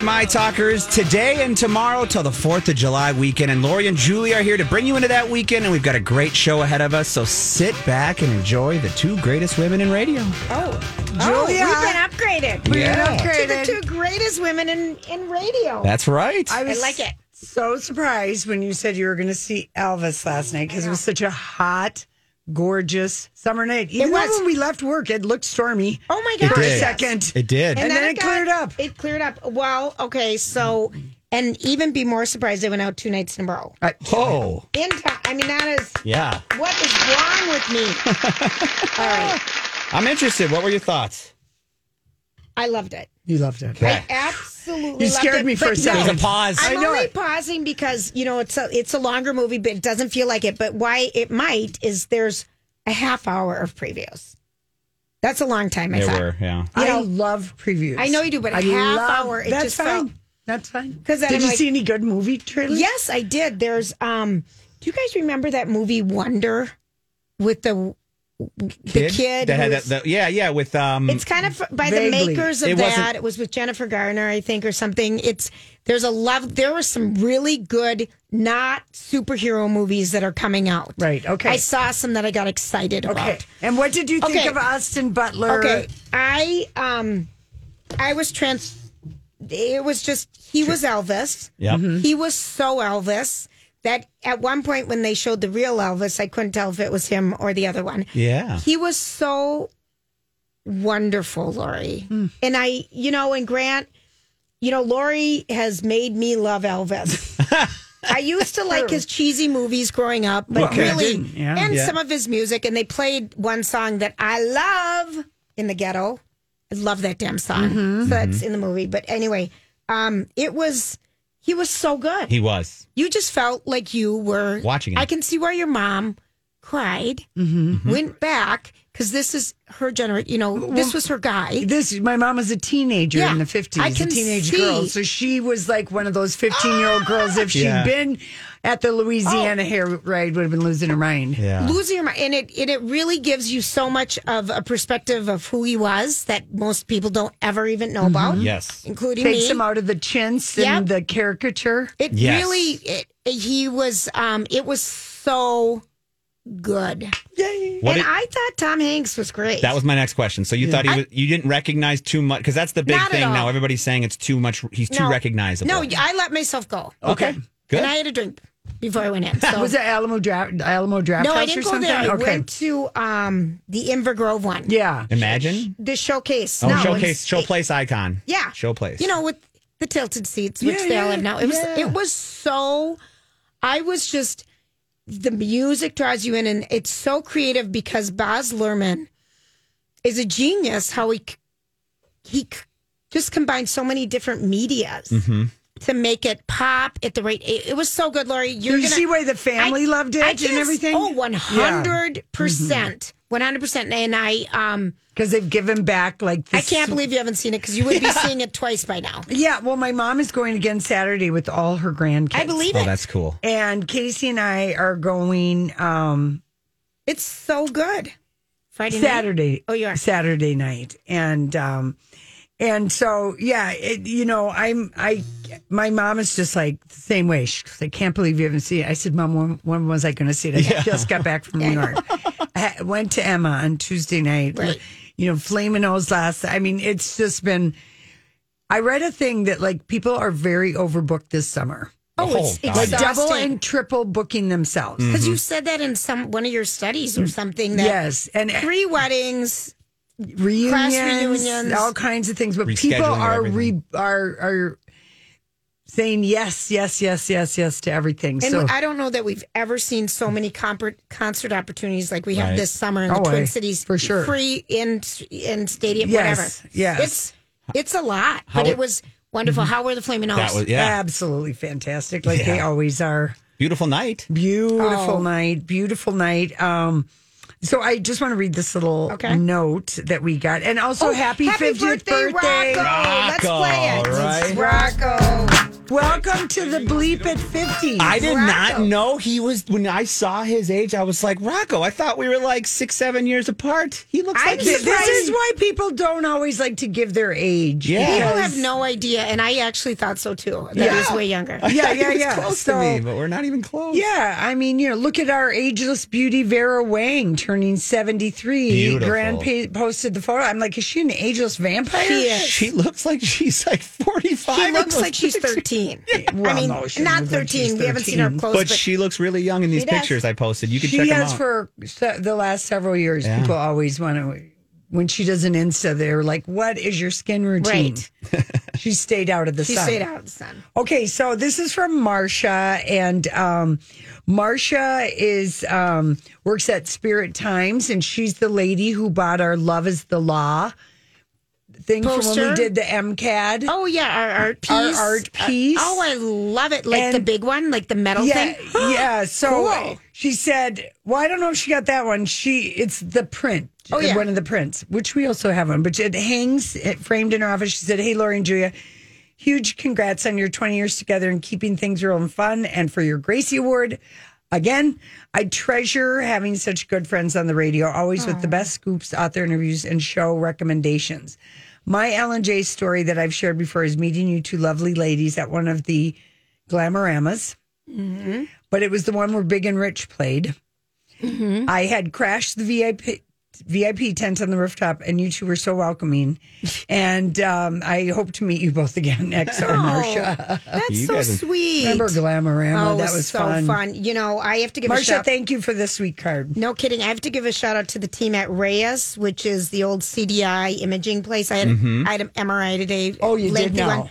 My talkers today and tomorrow till the 4th of July weekend. And Lori and Julie are here to bring you into that weekend. And we've got a great show ahead of us. So sit back and enjoy the two greatest women in radio. Oh, Julia. oh we've been upgraded. We've been We've been upgraded. To the two greatest women in, in radio. That's right. I was like it. So surprised when you said you were going to see Elvis last night because it was such a hot, gorgeous summer night. Even though was. when we left work, it looked stormy. oh my It gosh. did. second. It did. And then it cleared up. It cleared up. Well, okay, so, and even be more surprised they went out two nights in a row. oh, In time, I mean, that is, yeah. what is wrong with me? All right. I'm interested. What were your thoughts? I loved it. You loved it. I absolutely You loved scared it, me for but a second. There's a pause. I'm I know only it. pausing because you know it's a it's a longer movie, but it doesn't feel like it. But why it might is there's a half hour of previews. That's a long time. I They thought. were, yeah. You I know, love previews. I know you do, but a I half hour, it that's just fine. felt- That's fine. 'Cause then did I'm you like- see any good movie trailers? Yes, I did. There's um. Do you guys remember that movie Wonder with the the kid? that had that, who was- that- yeah, yeah, with um, it's kind of by the Vaguely. makers of It wasn't- that. It was with Jennifer Garner, I think, or something. It's there's a love. There were some really good, not superhero movies that are coming out. Right, okay. I saw some that I got excited Okay. about. And what did you think Okay. of Austin Butler? Okay, I um, I was trans. It was just he was Elvis. Yep. He was so Elvis that at one point when they showed the real Elvis, I couldn't tell if it was him or the other one. Yeah. He was so wonderful, Lori. And I, you know, and Grant, you know, Lori has made me love Elvis. I used to like his cheesy movies growing up, but Okay. really, Didn't, yeah. and Yeah. some of his music. And they played one song that I love in the ghetto. I love that damn song. Mm-hmm. So that's in the movie. But anyway, um, it was, he was so good. he was. You just felt like you were Watching Mm-hmm. it. I can see why your mom cried, went back because this is her generation. You know, this was her guy. This my mom was a teenager Yeah, in the fifties, I a can teenage see. girl. So she was like one of those fifteen year old girls. If she Yeah. had been at the Oh. Louisiana hair ride, would have been losing her mind. Yeah. Losing your mind, and it and it really gives you so much of a perspective of who he was that most people don't ever even know about, Yes. including Takes me. him out of the chintz and the caricature. It Yes. really, it, he was, um, it was so good, What and did- I thought Tom Hanks was great. That was my next question. So you thought he was, you didn't recognize too much because that's the big Not at thing now. all. Everybody's saying it's too much. He's too No. recognizable. no, I let myself go. Okay. Good. And I had a drink before I went in. So. Was it Alamo Draft Alamo Draft No, House I didn't or go something? there. I okay. went to um, the Invergrove one. yeah. Imagine. The showcase. Oh, No, showcase, it's- showplace icon. it- yeah. Showplace. You know, with the tilted seats, which Yeah, they yeah, all have now. It was yeah. it was so I was just the music draws you in and it's so creative because Boz Luhrmann is a genius how he c- he c- just combines so many different medias Mm-hmm. to make it pop at the right it, it was so good, Lori. You're Did gonna, you see why the family loved it I and can't- everything? Mm-hmm. Oh, 100%. 100%. And I um Because they've given back like I this. can't believe you haven't seen it because you would be seeing it twice by now. Yeah, well, my mom is going again Saturday with all her grandkids. I believe oh, it. that's cool. And Casey and I are going um, It's so good. Friday night. Saturday. Oh, you are. Saturday night, and um, and so yeah, it, you know, I'm I. My mom is just like the same way. She's like, I can't believe you haven't seen it. I said, Mom, when, when was I going to see it? I just got back from New York. I went to Emma on Tuesday night. Right. You know, Flamin' O's last. I mean, it's just been. I read a thing that like people are very overbooked this summer, Oh, it's Oh, God. exhausting. Like double and triple booking themselves. because you said that in some one of your studies or something that Mm-hmm. Yes, and three weddings. reunions, reunions. all kinds of things. But people Rescheduling of are re, are are saying yes, yes, yes, yes, yes to everything. And so I don't know that we've ever seen so many compor- concert opportunities like we have Right. this summer in the Oh, Twin I- Cities. for sure. Free in in stadium, Yes, whatever. yes. Mm-hmm. It's it's a lot, How but it- it was wonderful. How were the Flaming O's? That was yeah. absolutely fantastic, like they Yeah. always are. Beautiful night. Beautiful Oh. night, beautiful night. Um, so I just want to read this little Okay. Oh, note that we got, and also Oh, happy happy fiftieth birthday, Rocco. Let's Rocco, play it. right? Rocco. Welcome Welcome to the bleep at 50. I did not Rocco. know he was when I saw his age. I was like Rocco. I thought we were like six, seven years apart. He looks I like he's this is right. why people don't always like to give their age. Yeah. People because- have no idea, and I actually thought so too. That Yeah. he's way younger. Yeah, He yeah, was yeah. Close so, to me, but we're not even close. yeah, I mean, you know, look at our ageless beauty Vera Wang turning 73. Beautiful. Grand pa- posted the photo. I'm like, is she an ageless vampire? She is. she looks like she's like forty-five. She in looks those like she's pictures. 13. I Well, mean, no, she not doesn't look like 13. she's We haven't seen her 13. close, But but, she looks really young in these She does. pictures I posted. You can She check them has out. for se- the last several years. Yeah. People always want to, when she does an Insta, they're like, what is your skin routine? she stayed out of the she sun. stayed out of the sun. Okay, so this is from Marsha, and um, Marsha is um, works at Spirit Times, and she's the lady who bought our "Love Is the Law" thing from when we Poster? did the MCAD. Oh, yeah, our art piece. Our art piece. oh, I love it. Like the And- big one, like the metal yeah, thing. yeah. So Cool. she said, "Well, I don't know if she got that one. She it's the print." Oh, yeah. one of the prints, which we also have one, but it hangs it framed in her office. She said, "Hey, Lori and Julia." Huge congrats on your 20 years together and keeping things real and fun and for your Gracie Award. Again, I treasure having such good friends on the radio, always with the best scoops, author interviews, and show recommendations. My Ellen J story that I've shared before is meeting you two lovely ladies at one of the Glamoramas, but it was the one where Big and Rich played. Mm-hmm. I had crashed the VIP VIP tent on the rooftop, and you two were so welcoming. and um, I hope to meet you both again next or Marsha. Oh, That's You so guys are- sweet. Remember Glamorama? oh, that was so fun. You know, I have to give a shout Marsha, thank you for the sweet card. No kidding. I have to give a shout out to the team at Reyes, which is the old CDI imaging place. I had, I had an MRI today. Mm-hmm. Oh, you did lengthy now.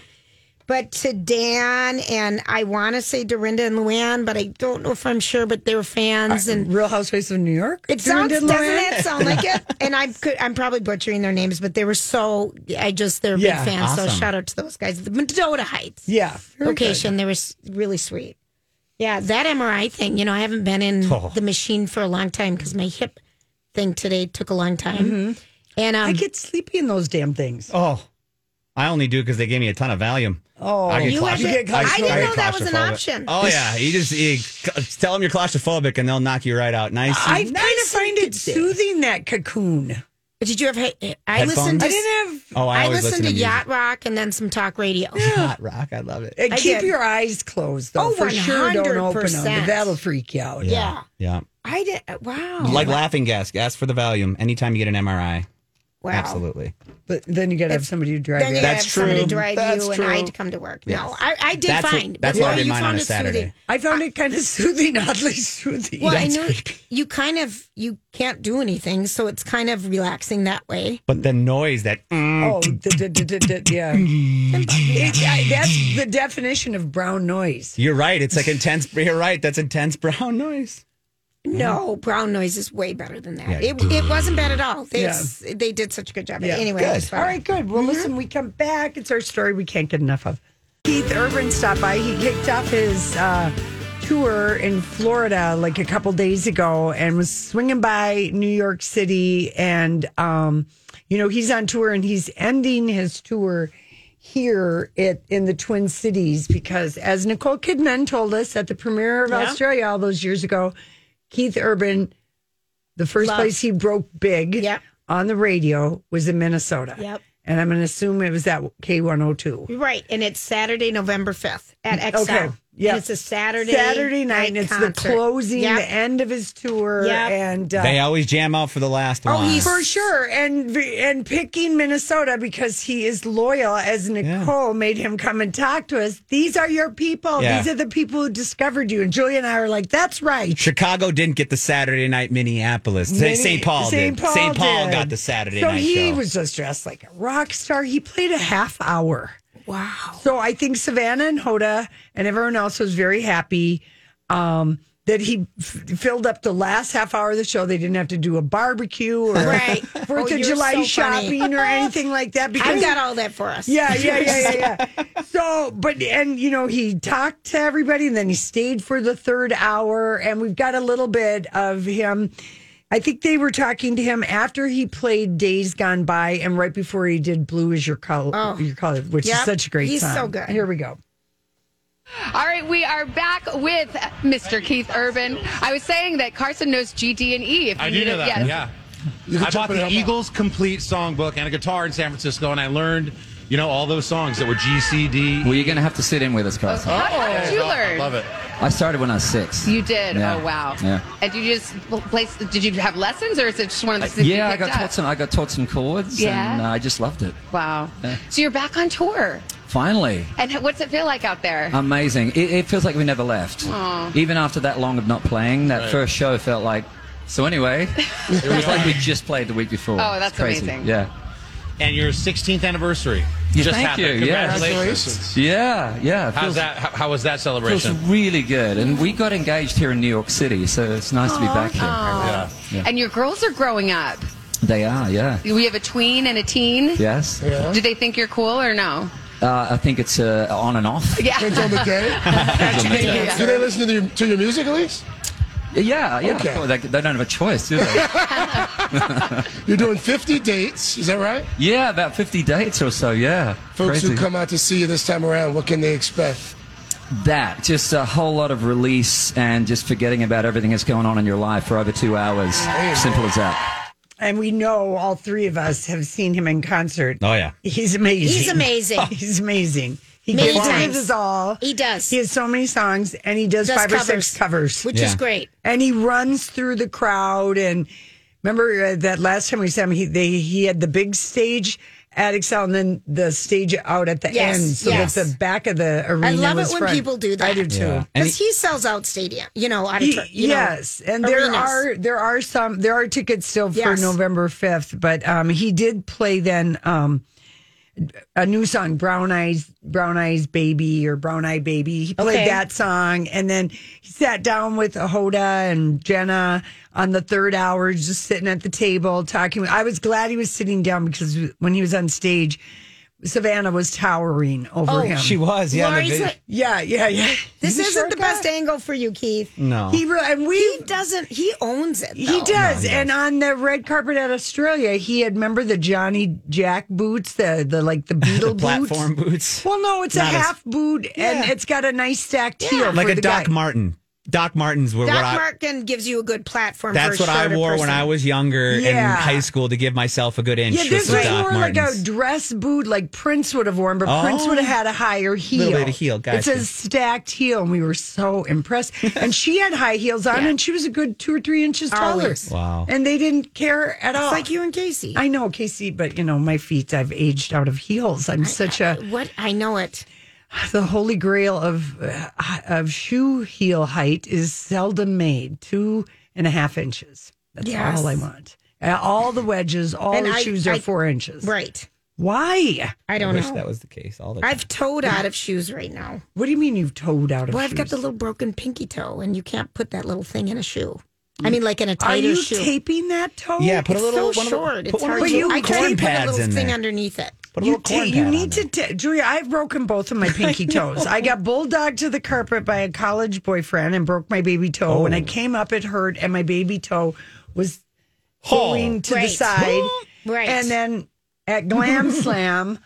But to Dan and I want to say Dorinda and Luann, but I don't know if I'm sure. But they were fans, and Real Housewives of New York. it sounds Dorinda doesn't Lohan? that sound like it? And I could I'm probably butchering their names, but they were so I just they're Yeah, big fans. So awesome. shout out to those guys, the Mendota Heights Yeah. very good. location. They were s- really sweet. Yeah, that MRI thing, you know, I haven't been in Oh. the machine for a long time because my hip thing today took a long time. Mm-hmm. And um, I get sleepy in those damn things. Oh, I only do because they gave me a ton of Valium. Oh, I get You claustro- have to- I, I didn't get know that was an claustrophobic. option. Oh yeah, you just you, c- tell them you're claustrophobic and they'll knock you right out. Nice. I kind of Nice find and it good. soothing that cocoon. did you have, he- I Headphones? listened to, I didn't have oh, I, I always listened to, music. Yacht Rock and then some talk radio. Yacht rock. I love it. And I keep did. your eyes closed, though. Oh, for sure, don't open them. 100%. That'll freak you out. Yeah. Yeah. I did, uh, wow. Like laughing gas. Ask for the Valium anytime you get an MRI. wow. Absolutely. But then you got to have somebody to drive Then you. you That's have somebody true. to drive That's you true. and I to come to work. Yes. No, I, I did That's what- fine. that's but why I did you mine on found a it soothing. Saturday. I found it kind of soothing, oddly soothing. Well, I know you kind of, you can't do anything. So it's kind of relaxing that way. But the noise that mm, oh, d- d- d- d- d- yeah. It- I- that's the definition of brown noise. you're right. It's like intense. You're right. That's intense brown noise. No, Mm-hmm. brown noise is way better than that. Yeah. It, it wasn't bad at all. They, Yeah. they did such a good job. Yeah. Anyway, Good. it was fun. All right, good. Well, listen, we come back. It's our story we can't get enough of. Keith Urban stopped by. He kicked off his uh, tour in Florida like a couple days ago and was swinging by New York City. And, um, you know, he's on tour and he's ending his tour here at, in the Twin Cities because, as Nicole Kidman told us at the premiere of Australia all those years ago, Keith Urban, the first Loved. place he broke big Yep. on the radio was in Minnesota. Yep. And I'm going to assume it was that K102. Right, and it's Saturday, November fifth at XR. Mm, Okay, yeah. And it's a Saturday Saturday night, and it's concert. the closing, Yep. the end of his tour, Yep. and uh, They always jam out for the last one. Oh, he's- for sure, and and picking Minnesota because he is loyal. As Nicole made him come and talk to us. These are your people. Yeah. These are the people who discovered you. And Julia and I are like, that's right. Chicago didn't get the Saturday night Minneapolis. Say St. Paul St. did. Paul, St. Paul did. got the Saturday so night he show. was just dressed like a rock star. He played a half hour. wow. So I think Savannah and Hoda and everyone else was very happy um, that he f- filled up the last half hour of the show. They didn't have to do a barbecue or Right. Oh, Fourth of you're July so funny. shopping or anything like that. I've got all that for us. Yeah, yeah, yeah, yeah, yeah. so, but and you know, he talked to everybody, and then he stayed for the third hour, and we've got a little bit of him. I think they were talking to him after he played Days Gone By, and right before he did Blue Is Your Color, Oh. Your Color, which is Yep. such a great He's song. so good. Here we go. All right, we are back with Mr. Keith Urban. I was saying that Carson knows G, D, and E. If you I do need know it, that. yes. Yeah. I bought jump it the up. Eagles complete songbook and a guitar in San Francisco, and I learned, you know, all those songs that were G C D. E. Well, you're going to have to sit in with us, Carson. How, how did you Oh, learn? Love it. I started when I was six. You did. Yeah. Oh wow. Yeah. And you just place? Did you have lessons, or is it just one of the things Yeah, you I got picked up? taught some. I got taught some chords, Yeah? and uh, I just loved it. Wow. So you're back on tour, Finally, and h- what's it feel like out there? amazing. It, it feels like we never left. Even after that long of not playing, that first show felt like. So anyway, it was like we just played the week before. Oh, that's It's crazy. amazing. Yeah, And your 16th anniversary Yeah, just thank happened. you. Yeah. Congratulations. Congratulations. yeah, yeah. it How's feels- that? How, how was that Feels celebration? really good, and we got engaged here in New York City, so it's nice to be back here. Yeah. And your girls are growing up. They are, yeah, We have a tween and a teen. yes. Yeah. Do they think you're cool or no? Uh, I think it's uh, on and off. Yeah. Depends on the day. Do they listen to, the, to your music at least? Yeah, yeah. Okay. Well, They, they don't have a choice, do they? You're doing 50 dates, is that right? yeah, about 50 dates or so, yeah. Folks Crazy. who come out to see you this time around, what can they expect? That, just a whole lot of release and just forgetting about everything that's going on in your life for over two hours. Simple as that. And we know all three of us have seen him in concert. Oh, yeah. He's amazing. He's amazing. He's amazing. He Many gives times. his all. He does. He has so many songs and he does Does five or six covers. which is great. and he runs through the crowd. And remember uh, that last time we saw him, he they, he had the big stage at Excel and then the stage out at the Yes, end, so yes. that the back of the arena. I love it was when front. people do that. I do too. And Because he, sells out stadium, you know, out He- of, you know, yes, and there arenas. are there are some there are tickets still for Yes. November fifth, but um, he did play then um, a new song, Brown Eyes Brown Eyes Baby or Brown Eye Baby. He played Okay. that song, and then he sat down with Hoda and Jenna on the third hour, just sitting at the table talking. I was glad he was sitting down because when he was on stage, Savannah was towering over him. She was, yeah. in the Lori's video. like, yeah, yeah, Oh, yeah. this He's a isn't the short guy. best Oh. angle for you, Keith. no. He really, and we He doesn't. He owns it. He though. does. and on the red carpet at Australia, he had remember the Johnny Jack boots, the the like the beetle platform boots. boots. Well, no, it's Not a as- half boot, and Yeah. it's got a nice stacked heel, like for a the Doc guy. Martin. Doc Martins were what Doc I. Martin gives you a good platform. That's for a what I shorter wore person. when I was younger Yeah. in high school to give myself a good inch. Yeah, with this some was Doc more like a Martens. dress boot, like Prince would have worn, but Prince Oh. would have had a higher heel. bit of heel, It's gotcha. a stacked heel, and we were so impressed. and she had high heels on, and she was a good two or three inches taller. Always. Wow. And they didn't care at all. It's like you and Casey. Oh. I know, Casey, but you know, my feet, I've aged out of heels. I'm such a Uh, what I know it. the holy grail of uh, of shoe heel height is seldom made two and a half inches. That's Yes. all I want. Uh, All the wedges, all And the I- shoes are I- four inches. Right. Why? I I don't wish know. that was the case all the time. I've towed out of shoes right now. What do you mean you've toed out of? Well, I've got shoes? the little broken pinky toe, and you can't put that little thing in a shoe. I mean, like in a Are tighter you shoe. taping that toe? yeah, Mm. put a It's little so one short. Of, the- it's put one of hard. those to- little I corn tried to put a pads little in thing there. underneath it. Put a You, little corn ta- you pad on need there. to, ta- Julia. I've broken both of my pinky toes. I got bulldogged to the carpet by a college boyfriend and broke my baby toe. When Oh. I came up, it hurt, and my baby toe was Oh. going to the Right. side. Right. And then at Glam Slam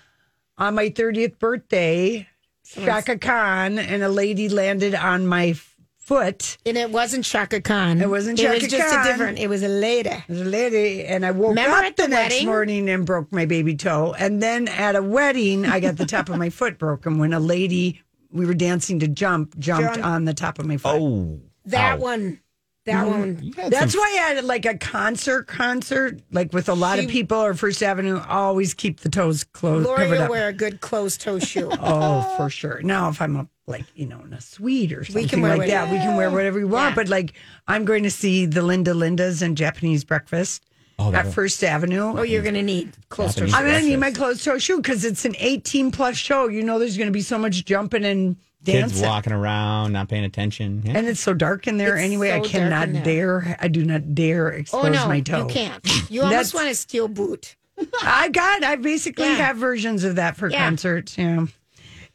on my 30th birthday, Shaka Khan and a lady landed on my f- foot. And it wasn't Shaka Khan. It wasn't It Chaka was just Khan. a different. It was a lady. The lady and I woke Remember up at the, the next wedding? morning and broke my baby toe. And then at a wedding, I got the top of my foot broken when a lady we were dancing to jump jumped Jump. on the top of my foot. Oh, That Ow. Mm. one. That one. That's why I had like a concert concert, like with a lot of people or First Avenue, always keep the toes closed. Lori covered will up. wear a good closed toe shoe. Oh, for sure. Now, if I'm a, like, you know, in a suite or something wear like that, we can wear whatever we want. Yeah. But like, I'm going to see the Linda Lindas and Japanese Breakfast at First Avenue. Oh, you're gonna need closed Japanese toe shoes. I'm going to Breakfast. need my closed toe shoe because it's an 18 plus show. You know, there's going to be so much jumping and kids dancing. walking around, not paying attention. Yeah. And it's so dark in there It's anyway. so I dark in cannot there. dare. I do not dare expose Oh no, my toe. you can't. You almost That's- want a steel boot. I got. I basically Yeah. have versions of that for Yeah. concerts. Yeah.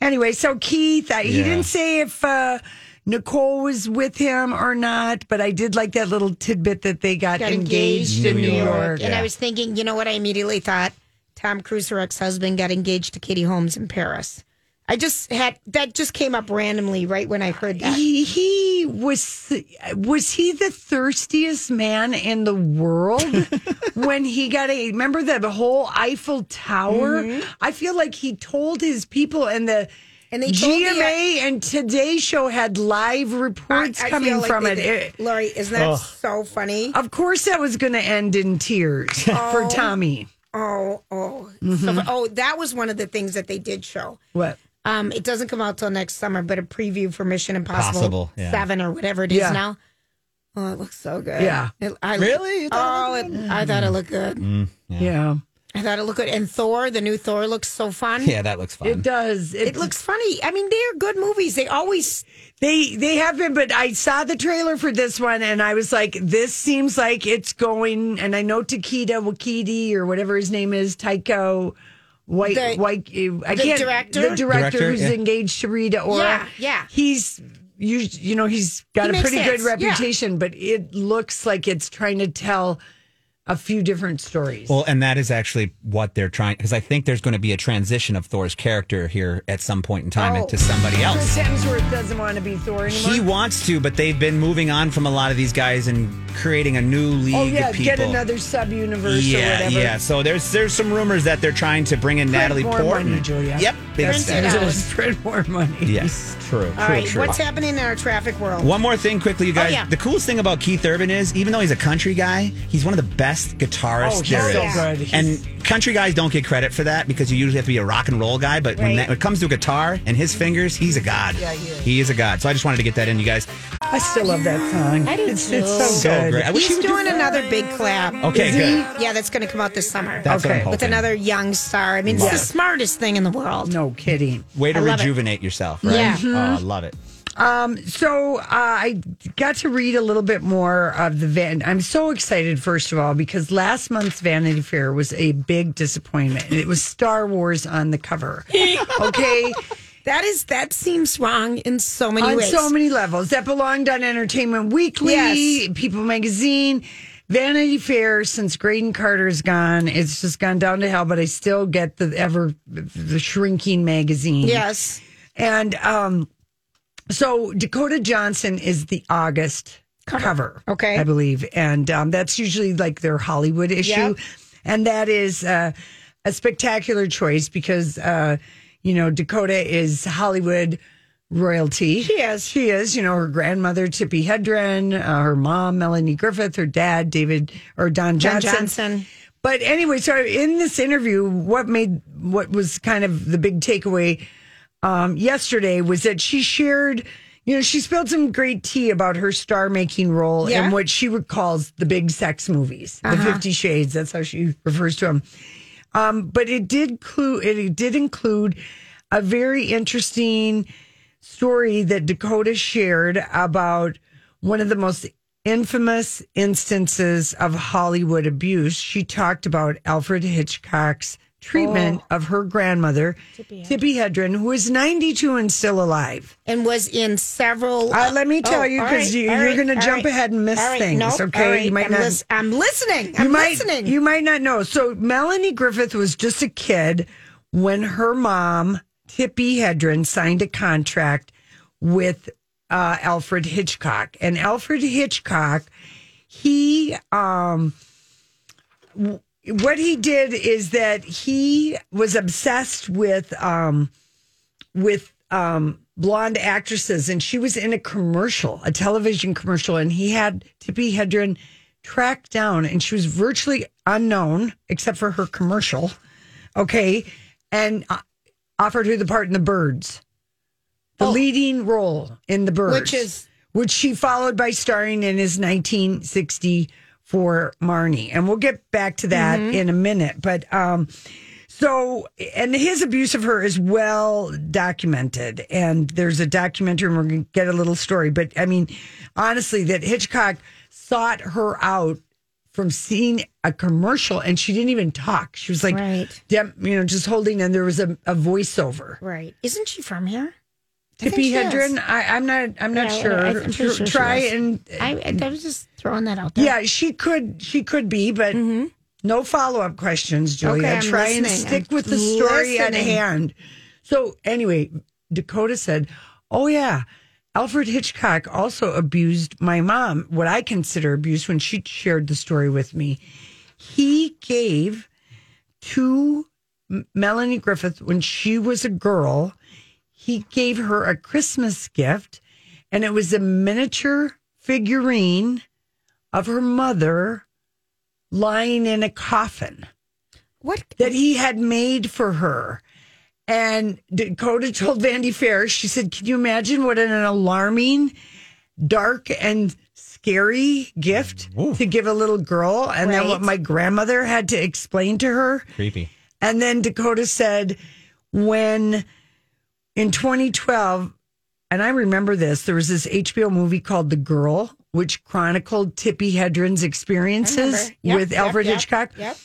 Anyway, so Keith, I, he Yeah. didn't say if uh, Nicole was with him or not, but I did like that little tidbit that they got, Got engaged, in New York. And I was thinking, you know what? I immediately thought Tom Cruise, her ex-husband, got engaged to Katie Holmes in Paris. I just had that just came up randomly right when I heard that. He, he was th- was he the thirstiest man in the world when he got a remember the, the whole Eiffel Tower? I feel like he told his people and the Mm-hmm. And they told me- GMA and Today Show had live reports I- I coming feel like from they it. did. It- Lori, isn't that so funny? Of course, that was going to end in tears for Tommy. Oh, oh, Mm-hmm. So- oh! That was one of the things that they did show. What? Um, it doesn't come out till next summer, but a preview for Mission Impossible Possible, yeah. Seven or whatever it is Yeah. now. Oh, it looks so good. Yeah. It, I, Really? You Oh, thought it, I thought Mm. it looked good. Yeah. I thought it looked good. And Thor, the new Thor, looks so fun. Yeah, that looks it fun. does. It looks funny. I mean, they're good movies. They always They they have been, but I saw the trailer for this one and I was like, this seems like it's going. And I know Takeda Wakiti or whatever his name is, Taiko White The- White. I the can't director? the director, Director, who's yeah. engaged to Rita Ora. Yeah, yeah. He's you you know he's got He a makes pretty good sense, yeah. reputation, but it looks like it's trying to tell a few different stories. Well, and that is actually what they're trying because I think there's going to be a transition of Thor's character here at some point in time Oh. into somebody Chris else. Hemsworth doesn't want to be Thor anymore. He wants to, but they've been moving on from a lot of these guys and creating a new league oh yeah, of people. get another sub universe or yeah, whatever. yeah. So there's there's some rumors that they're trying to bring in Natalie more Portman. money, Julia. Yep, big Print it step. out. Just print more money. Yes, true. true, All right, true. what's happening in our traffic world? One more thing quickly, you guys. yeah. The coolest thing about Keith Urban is, even though he's a country guy, he's one of the best guitarists Oh, he's there is. so good. He's- And country guys don't get credit for that because you usually have to be a rock and roll guy. But when, Right. that, when it comes to guitar and his fingers, he's a god. Yeah, he is. a god. So I just wanted to get that in, you guys. I still love that song. I do it's, too. it's so, So good. great. I wish He's he would do doing another big collab. Okay, Is he? good. Yeah, that's going to come out this summer. That's what I'm Okay. hoping. With another young star. I mean, it's the smartest thing in the world. No kidding. way to I love it. rejuvenate yourself. Right? Yeah. Oh, I love it. So uh, I got to read a little bit more of the Van. I'm so excited, first of all, because last month's Vanity Fair was a big disappointment. It was Star Wars on the cover. Okay. That is that seems wrong in so many on ways. so many levels that belonged on Entertainment Weekly, Yes. People Magazine, Vanity Fair. Since Graydon Carter's gone, it's just gone down to hell. But I still get the ever the shrinking magazine. yes. and um, so Dakota Johnson is the August cover, Okay. I believe, and um, that's usually like their Hollywood issue, Yep. and that is uh, a spectacular choice because uh, you know Dakota is Hollywood royalty. She is. She is. You know, her grandmother Tippi Hedren, uh, her mom Melanie Griffith, her dad David or Don John Johnson. Johnson. But anyway, so in this interview, what made what was kind of the big takeaway um, yesterday was that she shared, you know, she spilled some great tea about her star making role Yeah. in what she calls the big sex movies, the Fifty Shades. That's how she refers to them. Um, but it did clue it did include a very interesting story that Dakota shared about one of the most infamous instances of Hollywood abuse. She talked about Alfred Hitchcock's treatment of her grandmother, Oh. Tippi Hedren. who is 92 and still alive. And was in several. Uh, let me tell Oh, you, all 'cause you- all you're gonna all jump ahead and miss all right, things, nope, okay? all right, You might I'm, not- lis- I'm listening. I'm you might, listening. You might not know. So Melanie Griffith was just a kid when her mom, Tippi Hedren, signed a contract with uh, Alfred Hitchcock. And Alfred Hitchcock, he, um, w- what he did is that he was obsessed with, um, with, um, blonde actresses and she was in a commercial a television commercial and he had tippi hedren tracked down and she was virtually unknown except for her commercial okay and uh, offered her the part in the birds the leading role in the birds Oh. Which is- which she followed by starring in his 1964 marnie and we'll get back to that Mm-hmm. in a minute but um so, and his abuse of her is well documented. And there's a documentary, and we're going to get a little story. But I mean, honestly, that Hitchcock sought her out from seeing a commercial and she didn't even talk. She was like, Right. dem- you know, just holding, and there was a, a voiceover. right. Isn't she from here? I think Tippi she is. Hedren, I, I'm not, I'm not Yeah, I- sure. I'm pretty Tr- sure she Try was. and, I, I was just throwing that out there. Uh, yeah, she could, she could be, but Mm-hmm. no follow up questions, Julia. Okay, I'm Try and listening. stick I'm with the story at listening. hand. So anyway, Dakota said, "Oh yeah, Alfred Hitchcock also abused my mom. What I consider abuse when she shared the story with me, he gave to M- Melanie Griffith when she was a girl. He gave her a Christmas gift, and it was a miniature figurine of her mother." lying in a coffin What? that he had made for her. And Dakota told Vandy Fair, she said, Can you imagine what an alarming, dark, and scary gift to give a little girl? And then what Right. my grandmother had to explain to her. Creepy. And then Dakota said, when in 2012, and I remember this, there was this HBO movie called The Girl, which chronicled Tippi Hedren's experiences Yep, with yep, Alfred yep, Hitchcock. Yep.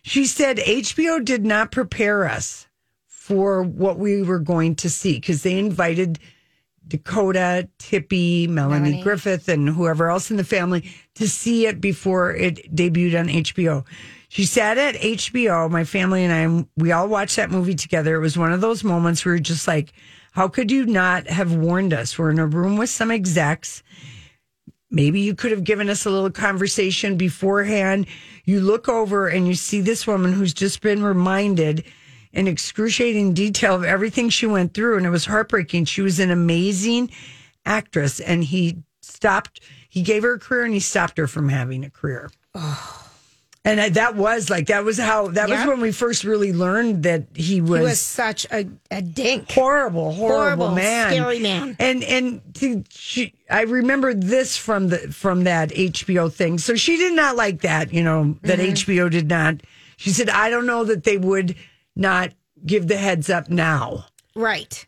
She said HBO did not prepare us for what we were going to see because they invited Dakota, Tippy, Melanie, Griffith, and whoever else in the family to see it before it debuted on HBO. She sat at HBO, my family and I, we all watched that movie together. It was one of those moments where you're just like, how could you not have warned us? We're in a room with some execs maybe you could have given us a little conversation beforehand. You look over and you see this woman who's just been reminded in excruciating detail of everything she went through, and it was heartbreaking. She was an amazing actress, and he stopped, he gave her a career, and he stopped her from having a career. And I, that was like, that was how, that Yeah. was when we first really learned that he was, He was such a, a dink. horrible, horrible, Horrible, man, scary man. And and to, she, I remember this from the from that HBO thing. So she did not like that. You know that Mm-hmm. HBO did not. She said, "I don't know that they would not give the heads up now." Right.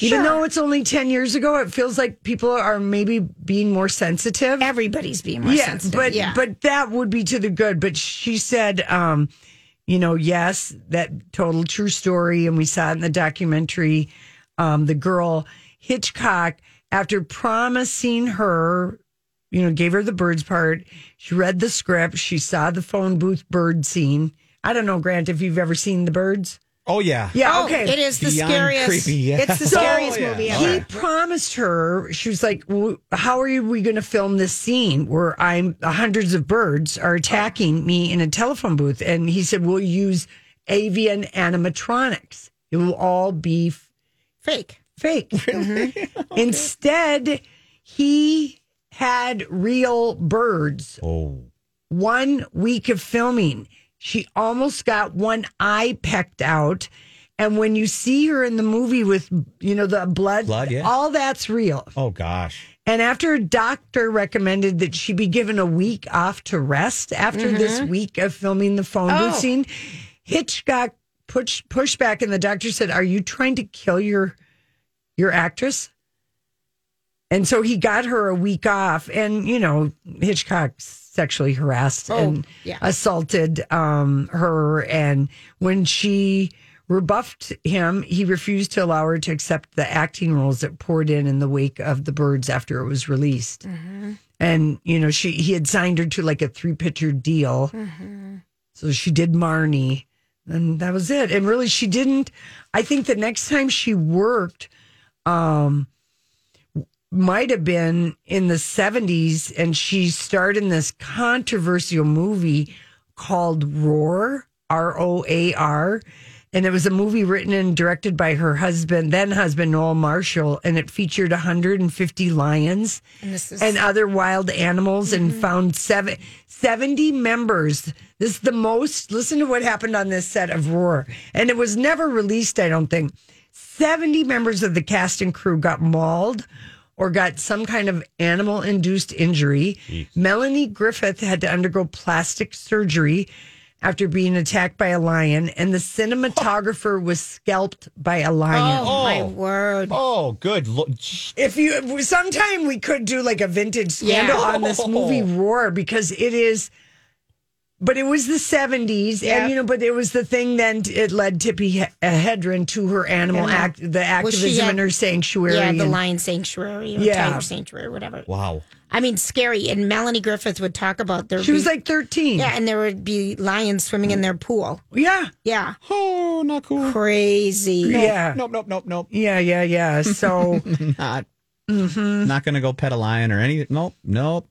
Even though it's only ten years ago, it feels like people are maybe being more sensitive. Everybody's being more yeah, sensitive. but yeah. but that would be to the good. But she said, um, you know, yes, that total true story, and we saw it in the documentary. Um, the girl Hitchcock, after promising her, you know, gave her the birds part. She read the script. She saw the phone booth bird scene. I don't know, Grant, if you've ever seen the birds. Oh yeah. Yeah, oh, okay. Oh, it is the Beyond scariest. creepy, yeah. It's the So, scariest yeah. movie He ever. promised her, she was like, well, How are you- we going to film this scene where I'm hundreds of birds are attacking me in a telephone booth? And he said, We'll use avian animatronics, it will all be f- Fake. fake. Mm-hmm. Instead, he had real birds. Oh. One week of filming, she almost got one eye pecked out. And when you see her in the movie with, you know, the blood, Blood, yeah. all that's real. Oh gosh. And after a doctor recommended that she be given a week off to rest after this week of filming the phone booth Oh. scene, Hitchcock pushed pushed back, and the doctor said, "Are you trying to kill your your actress?" And so he got her a week off, and you know Hitchcock sexually harassed Oh, and yeah. assaulted um, her, and when she rebuffed him, he refused to allow her to accept the acting roles that poured in in the wake of the birds after it was released Mm-hmm. and you know she he had signed her to like a three picture deal Mm-hmm. so she did marnie and that was it and really she didn't i think the next time she worked um might have been in the 70s and she starred in this controversial movie called roar r-o-a-r and it was a movie written and directed by her husband then husband noel marshall and it featured 150 lions And this is Mm-hmm. and other wild animals and found seven, 70 members. This is the most. Listen to what happened on this set of Roar. And it was never released, I don't think. 70 members of the cast and crew got mauled or got some kind of animal induced injury. Melanie Griffith had to undergo plastic surgery after being attacked by a lion, and the cinematographer was scalped by a lion. oh, my word. Oh, good. Lo- If you if we- sometime we could do like a vintage scandal Yeah. on this movie Roar because it is But it was the 70s, Yeah. and you know, but it was the thing then t- it led Tippi He- Hedren to her animal Animal. act, the Well, she activism in had- her sanctuary. Yeah, the and- lion sanctuary or Yeah. tiger sanctuary or whatever. Wow. I mean, scary. And Melanie Griffith would talk about their. She was like 13. yeah, and there would be lions swimming in their pool. Yeah. Yeah, Oh, not cool. crazy. Yeah. Nope, nope, nope, nope. Yeah. Yeah. Yeah. So, Not. Not gonna go pet a lion or anything. Nope, nope.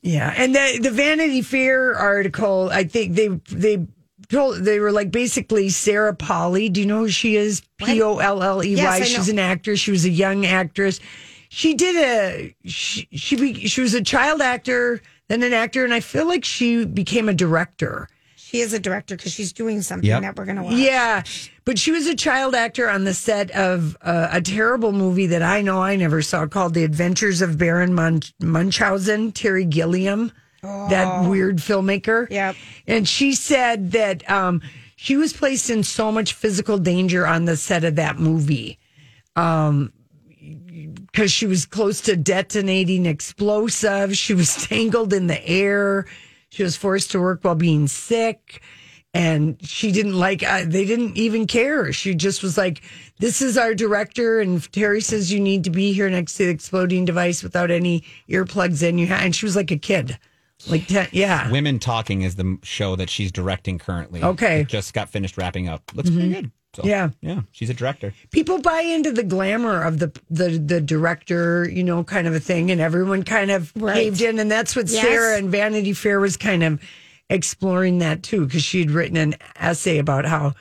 yeah. And the, the Vanity Fair article, I think they, they, Told, they were like basically Sarah Polly. Do you know who she is? P O L L E Y. Yes, I She's know. an actress. She was a young actress. She did a she she, be, she was a child actor, then an actor, and I feel like she became a director. She is a director because she's doing something Yep. that we're gonna watch. Yeah, but she was a child actor on the set of uh, a terrible movie that I know I never saw called The Adventures of Baron Mun- Munchausen, Terry Gilliam, that weird filmmaker. Oh. Yep. And she said that um, she was placed in so much physical danger on the set of that movie because she was close to detonating explosives. She was tangled in the air. She was forced to work while being sick. And she didn't like, uh, they didn't even care. She just was like, this is our director. And Terry says, you need to be here next to the exploding device without any earplugs in. You ha-. And she was like a kid. Like, ten, yeah. Women Talking is the m- show that she's directing currently. Okay. Mm-hmm. It just got finished wrapping up. Looks pretty good. So, Yeah. yeah, she's a director. people buy into the glamour of the the the director, you know, kind of a thing, and everyone kind of Right. caved in, and that's what Yes. Sarah and Vanity Fair was kind of exploring that too, because she had written an essay about how.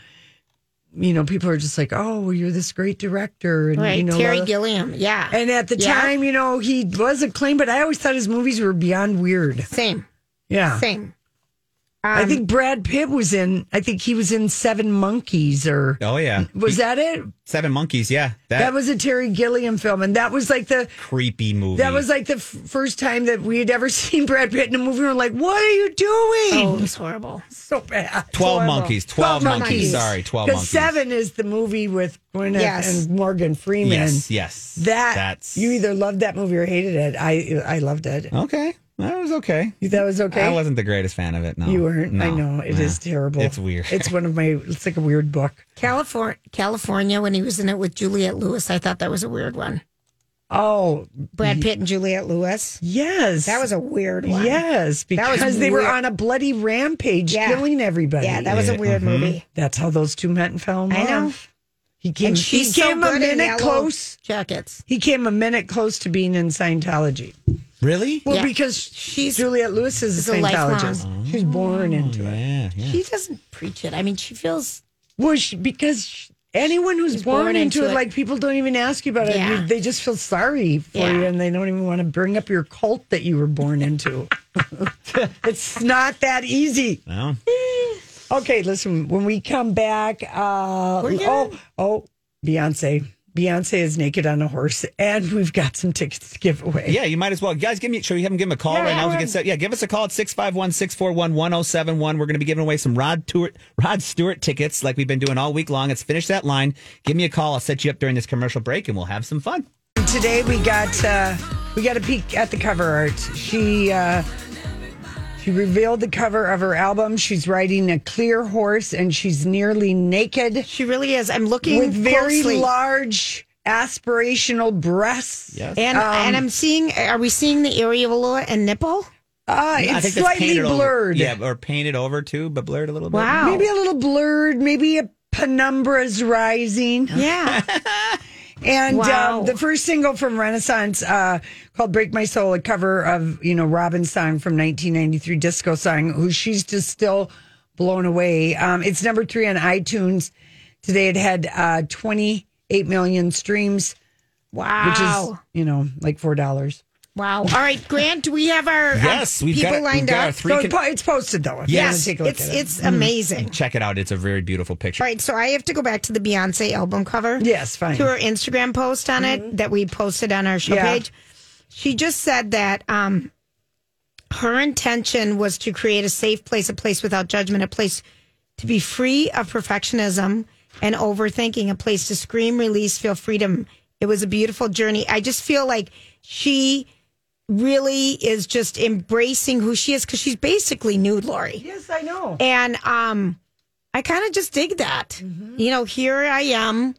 You know, people are just like, "Oh, well, you're this great director," and right. you know, Terry la- Gilliam. Yeah, and at the Yeah. time, you know, he was acclaimed, but I always thought his movies were beyond weird. same, Yeah, same. I Um, think Brad Pitt was in. I think he was in Seven Monkeys, or Oh yeah, was that it? Seven Monkeys. Yeah, that, That was was a Terry Gilliam film, and that was like the creepy movie. That was like the f- first time that we had ever seen Brad Pitt in a movie. We were like, what are you doing? Oh, it was horrible. so bad. Twelve Monkeys. Twelve, monkeys. Sorry, Twelve Because Monkeys. Seven is the movie with Gwyneth Yes. and Morgan Freeman. Yes, yes. That that's you either loved that movie or hated it. I I loved it. okay. That was okay. That was okay. I wasn't the greatest fan of it. No, You weren't. I No. know it is Yeah. terrible. It's weird. It's one of my. It's like a weird book. California, California, when he was in it with Juliette Lewis, I thought that was a weird one. Oh Brad Pitt and Juliette Lewis. yes, That was a weird one. yes was because they were weird. on a bloody rampage, Yeah. killing everybody. Yeah, that was a weird Mm-hmm. movie. That's how those two met and fell in I love. know. He came. He so came a good in minute yellow close. Jackets. He came a minute close to being in Scientology. really. Well, Yeah. because she's She's- Juliet Lewis is a is a Scientologist. She was born into it. Yeah, yeah. She doesn't preach it. I mean, she feels Well, she, because she- anyone who's She's born, born into, into it, it. like people don't even ask you about it. Yeah. You- They just feel sorry for Yeah. you, and they don't even want to bring up your cult that you were born into. it's not that easy. Well, Okay, listen, when we come back, uh, We're good. oh, oh, Beyonce. Beyonce is naked on a horse, and we've got some tickets to give away. yeah, you might as well. Guys, give me, should we have him give him a call right now? We can set, yeah, give us a call at 651 641 1071. We're going to be giving away some Rod, Stewart, Rod Stewart tickets like we've been doing all week long. It's finish that line. Give me a call. I'll set you up during this commercial break and we'll have some fun. Today we got uh, we got a peek at the cover art. She uh, she revealed the cover of her album. She's riding a clear horse, and she's nearly naked she really is. I'm looking with very closely. large aspirational breasts. Yes. and and I'm seeing. Are we seeing the areola and nipple? Uh, it's slightly painted over- blurred. yeah, or painted over too, but blurred a little bit. Wow. Maybe a little blurred, maybe a penumbra's rising. Yeah. And Wow. um, the first single from Renaissance uh, called "Break My Soul," a cover of you know Robin's song from 1993, disco song, who she's just still blown away. Um, it's number three on iTunes today. It had uh, 28 million streams, wow. which is you know like four dollars. wow. All right, Grant. Do we have our um, Yes, we've people got, lined we've got our up? three. so con- it po- it's posted though. if you wanna yes. take a look It's at it. Mm. it's amazing. Check it out. It's a very beautiful picture. All right, so I have to go back to the Beyonce album cover. Yes, fine. Mm-hmm. To her Instagram post on it that we posted on our show Yeah. page. She just said that um, her intention was to create a safe place, a place without judgment, a place to be free of perfectionism and overthinking, a place to scream, release, feel freedom. It was a beautiful journey. I just feel like she really is just embracing who she is because she's basically nude, Lori. Yes, I know. And um, I kind of just dig that. You know, here I am.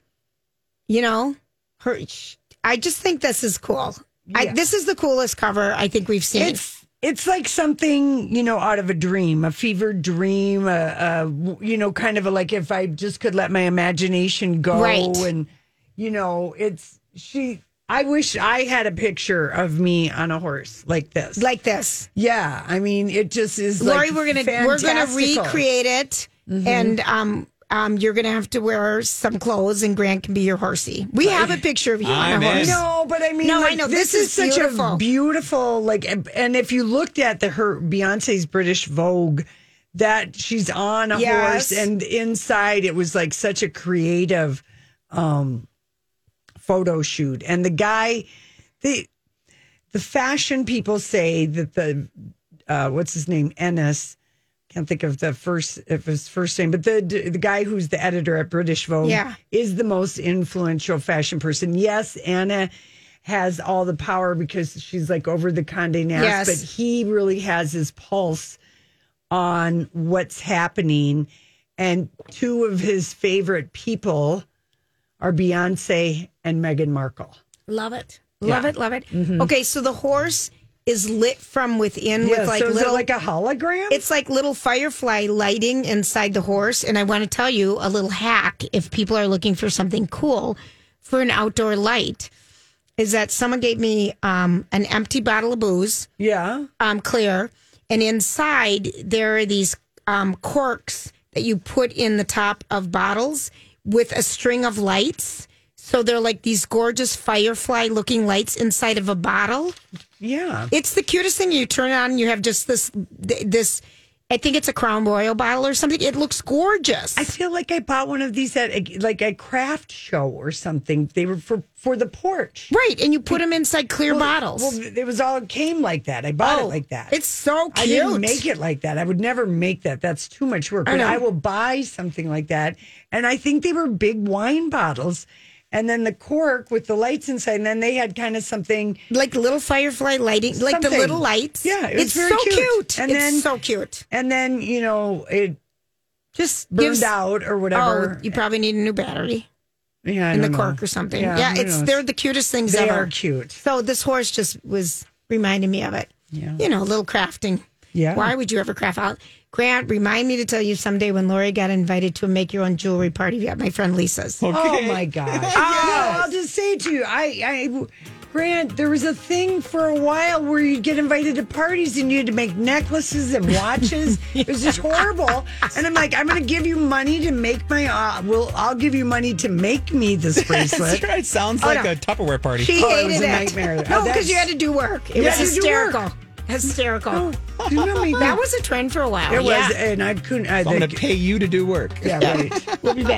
You know, her. sh- I just think this is cool. I, Yeah. this is the coolest cover I think we've seen. It's it's like something you know out of a dream, a fevered dream, a, a you know kind of a, like if I just could let my imagination go, Right. and you know it's she. I wish I had a picture of me on a horse like this. like this, yeah, I mean it just is. Lori. like we're gonna we're gonna fantastical. recreate it, and um. Um, you're gonna have to wear some clothes, and Grant can be your horsey. We have a picture of you I'm on a horse. in. No, but I mean, No, I like, know. This, This is, is such a beautiful. beautiful, like, and- and if you looked at the her Beyonce's British Vogue, that she's on a Yes. horse, and inside it was like such a creative um photo shoot, and the guy, the the fashion people say that the uh what's his name Ennis. Can't think of the first of his first name, but the the guy who's the editor at British Vogue Yeah. is the most influential fashion person. Yes, Anna has all the power because she's like over the Condé Nast, Yes. but he really has his pulse on what's happening. And two of his favorite people are Beyonce and Meghan Markle. Love it. Love it. Love it. Mm-hmm. Okay, so the horse is lit from within Yeah, with like so is little it like a hologram? it's like little firefly lighting inside the horse and I want to tell you a little hack if people are looking for something cool for an outdoor light is that someone gave me um, an empty bottle of booze yeah. um, clear, and inside there are these um, corks that you put in the top of bottles with a string of lights. So they're like these gorgeous firefly looking lights inside of a bottle. Yeah. It's the cutest thing. You turn it on, you have just this th- this. I think it's a Crown Royal bottle or something. It looks gorgeous. I feel like I bought one of these at a, like a craft show or something. They were for for the porch. right, and you put them inside clear bottles. Well, it was all it came like that. I bought it Oh, like that. It's so cute. I didn't make it like that. I would never make that. That's too much work. I But know. I will buy something like that. And I think they were big wine bottles. And then the cork with the lights inside. And then they had kind of something. like little firefly lighting, like the Something. little lights. Yeah, it was it's very so cute. cute. And it's then- so cute. And then, you know, it Just burned gives, out or Oh, whatever. you probably need a new battery yeah, I Oh, and the don't know. cork or something. Yeah, Yeah, who it's knows? they're the cutest things They ever. are cute. So this horse just was reminding me of it. Yeah. You know, a little crafting. Yeah. Why would you ever craft out? Grant, remind me to tell you someday when Lori got invited to a make your own jewelry party at my friend Lisa's. Oh my gosh. Oh, I'll just say to you, I, I, Grant, there was a thing for a while where you'd get invited to parties and you had to make necklaces and watches. It was just horrible. And I'm like, I'm going to give you money to make my, uh, well, I'll give you money to make me this bracelet. That's right. Sounds like a Tupperware party. She Oh, it hated was it. a nightmare. No, Oh, that's- because you had to do work. It You was had to do work. Oh, hysterical. Hysterical. Do you know me? That was a trend for a while. It was, yeah. and I couldn't. I I'm going think- to pay you to do work. Yeah, right. We'll be back.